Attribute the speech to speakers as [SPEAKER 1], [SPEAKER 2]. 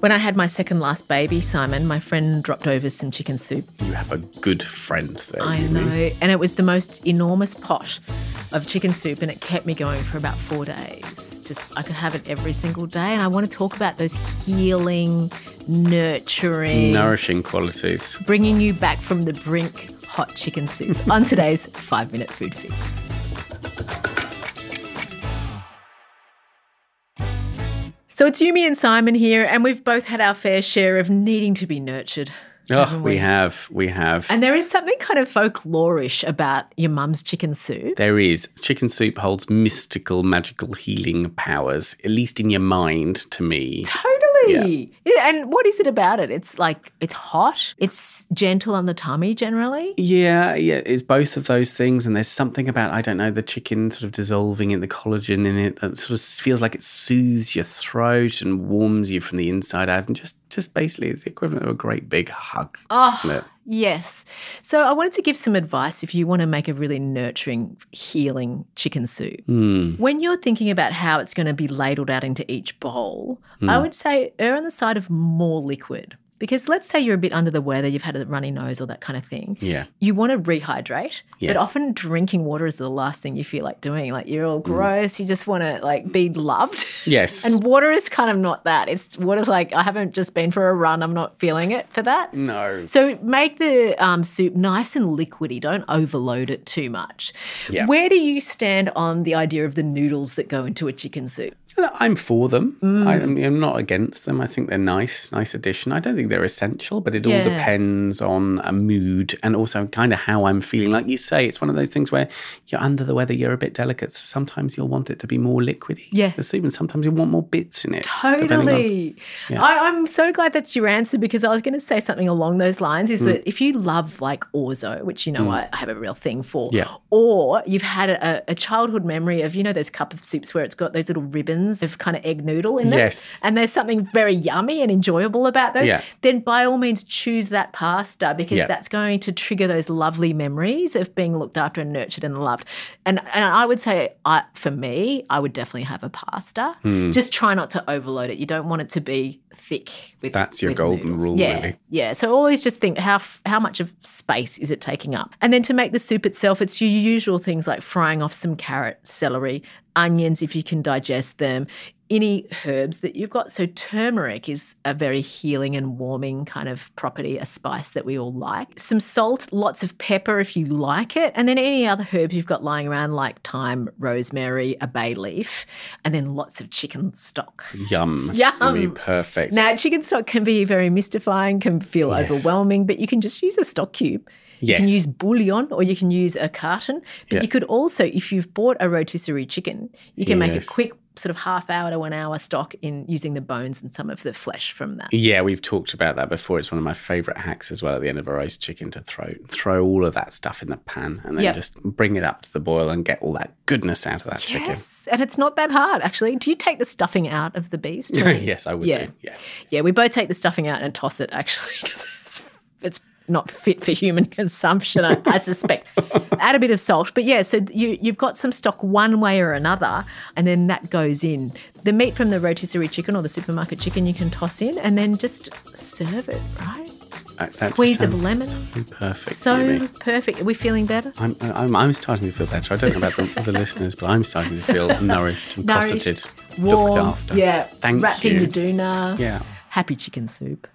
[SPEAKER 1] When I had my second last baby, Simon, my friend dropped over some chicken soup.
[SPEAKER 2] You have a good friend there.
[SPEAKER 1] I
[SPEAKER 2] Mimi.
[SPEAKER 1] know. And it was the most enormous pot of chicken soup, and it kept me going for about four days. Just, I could have it every single day. And I want to talk about those healing, nurturing,
[SPEAKER 2] Nourishing qualities.
[SPEAKER 1] bringing you back from the brink hot chicken soups on today's five minute food fix. So it's Yumi and Simon here, and we've both had our fair share of needing to be nurtured.
[SPEAKER 2] Oh,
[SPEAKER 1] haven't
[SPEAKER 2] we have. We have.
[SPEAKER 1] And there is something kind of folklorish about your mum's chicken soup.
[SPEAKER 2] there is. Chicken soup holds mystical, magical healing powers, at least in your mind to me.
[SPEAKER 1] Totally. Yeah, and what is it about it? It's like it's hot. It's gentle on the tummy generally.
[SPEAKER 2] Yeah, yeah, it's both of those things. And there's something about, I don't know, the chicken sort of dissolving in the collagen in it that sort of feels like it soothes your throat and warms you from the inside out. And just, just basically, it's the equivalent of a great big hug, isn't
[SPEAKER 1] Oh,
[SPEAKER 2] it?
[SPEAKER 1] yes. So I wanted to give some advice if you want to make a really nurturing, healing chicken soup.
[SPEAKER 2] Hmm.
[SPEAKER 1] When you're thinking about how it's going to be ladled out into each bowl, I
[SPEAKER 2] Mm.
[SPEAKER 1] would say err on the side of more liquid. Because let's say you're a bit under the weather, you've had a runny nose or that kind of thing.
[SPEAKER 2] Yeah.
[SPEAKER 1] you want to rehydrate,
[SPEAKER 2] Yes.
[SPEAKER 1] but often drinking water is the last thing you feel like doing. Like you're all gross, you just want to like be loved.
[SPEAKER 2] Hmm. Yes.
[SPEAKER 1] And water is kind of not that. It's water's like I haven't just been for a run, I'm not feeling it for that.
[SPEAKER 2] no.
[SPEAKER 1] So make the um, soup nice and liquidy. Don't overload it too much.
[SPEAKER 2] Yeah.
[SPEAKER 1] Where do you stand on the idea of the noodles that go into a chicken soup?
[SPEAKER 2] Look, I'm for them. I,
[SPEAKER 1] Mm.
[SPEAKER 2] I'm I'm not against them. I think they're nice, nice addition. I don't think they're essential, but it all
[SPEAKER 1] Yeah.
[SPEAKER 2] depends on a mood and also kind of how I'm feeling. Like you say, it's one of those things where you're under the weather, you're a bit delicate. So sometimes you'll want it to be more liquidy.
[SPEAKER 1] Yeah.
[SPEAKER 2] The soup, and sometimes you want more bits in it. depending on-
[SPEAKER 1] Totally. I, I'm so glad that's your answer because I was going to say something along those lines
[SPEAKER 2] Mm.
[SPEAKER 1] is that if you love like orzo, which you know I, I have a real thing for,
[SPEAKER 2] Yeah.
[SPEAKER 1] or you've had a, a childhood memory of, you know, those cup of soups where it's got those little ribbons of kind of egg noodle in them.
[SPEAKER 2] Yes.
[SPEAKER 1] And there's something very yummy and enjoyable about those,
[SPEAKER 2] Yeah.
[SPEAKER 1] then by all means choose that pasta because
[SPEAKER 2] Yeah.
[SPEAKER 1] that's going to trigger those lovely memories of being looked after and nurtured and loved. And and I would say, I, for me, I would definitely have a pasta.
[SPEAKER 2] Hmm. Mm.
[SPEAKER 1] Just try not to overload it. You don't want it to be thick. With
[SPEAKER 2] That's your
[SPEAKER 1] with
[SPEAKER 2] golden
[SPEAKER 1] noodles.
[SPEAKER 2] rule,
[SPEAKER 1] yeah,
[SPEAKER 2] really.
[SPEAKER 1] Yeah. So always just think how f- how much of space is it taking up, and then to make the soup itself, it's your usual things like frying off some carrot, celery, onions if you can digest them. Any herbs that you've got. So, turmeric is a very healing and warming kind of property, a spice that we all like. Some salt, lots of pepper if you like it. And then any other herbs you've got lying around, like thyme, rosemary, a bay leaf, and then lots of chicken stock.
[SPEAKER 2] Yum.
[SPEAKER 1] Yum.
[SPEAKER 2] Really perfect.
[SPEAKER 1] Now, chicken stock can be very mystifying, can feel
[SPEAKER 2] Yes.
[SPEAKER 1] overwhelming, but you can just use a stock cube.
[SPEAKER 2] yes.
[SPEAKER 1] You can use bouillon or you can use a carton. But
[SPEAKER 2] Yeah.
[SPEAKER 1] you could also, if you've bought a rotisserie chicken, you can make a
[SPEAKER 2] Yes.
[SPEAKER 1] quick sort of half hour to one hour stock in using the bones and some of the flesh from that.
[SPEAKER 2] Yeah, we've talked about that before. It's one of my favorite hacks as well at the end of a roast chicken to throw throw all of that stuff in the pan and then
[SPEAKER 1] Yep.
[SPEAKER 2] just bring it up to the boil and get all that goodness out of that chicken.
[SPEAKER 1] Yes, and it's not that hard actually. Do you take the stuffing out of the beast?
[SPEAKER 2] yes, I would
[SPEAKER 1] Yeah.
[SPEAKER 2] do. Yeah.
[SPEAKER 1] Yeah, we both take the stuffing out and toss it actually because it's, it's not fit for human consumption, I, I suspect. Add a bit of salt, but yeah, so you you've got some stock one way or another, and then that goes in. The meat from the rotisserie chicken or the supermarket chicken you can toss in, and then just serve it. Right,
[SPEAKER 2] Uh, That- that
[SPEAKER 1] Squeeze
[SPEAKER 2] just
[SPEAKER 1] of
[SPEAKER 2] sounds
[SPEAKER 1] lemon.
[SPEAKER 2] So perfect.
[SPEAKER 1] so
[SPEAKER 2] Yumi.
[SPEAKER 1] perfect. Are we feeling better?
[SPEAKER 2] I'm, uh, I'm, I'm starting to feel better. I don't know about the, the listeners, but I'm starting to feel nourished and
[SPEAKER 1] Nourished,
[SPEAKER 2] cosseted,
[SPEAKER 1] Warm,
[SPEAKER 2] looked after.
[SPEAKER 1] yeah.
[SPEAKER 2] Thank
[SPEAKER 1] Wrapped
[SPEAKER 2] you.
[SPEAKER 1] in your doona.
[SPEAKER 2] Yeah.
[SPEAKER 1] Happy chicken soup.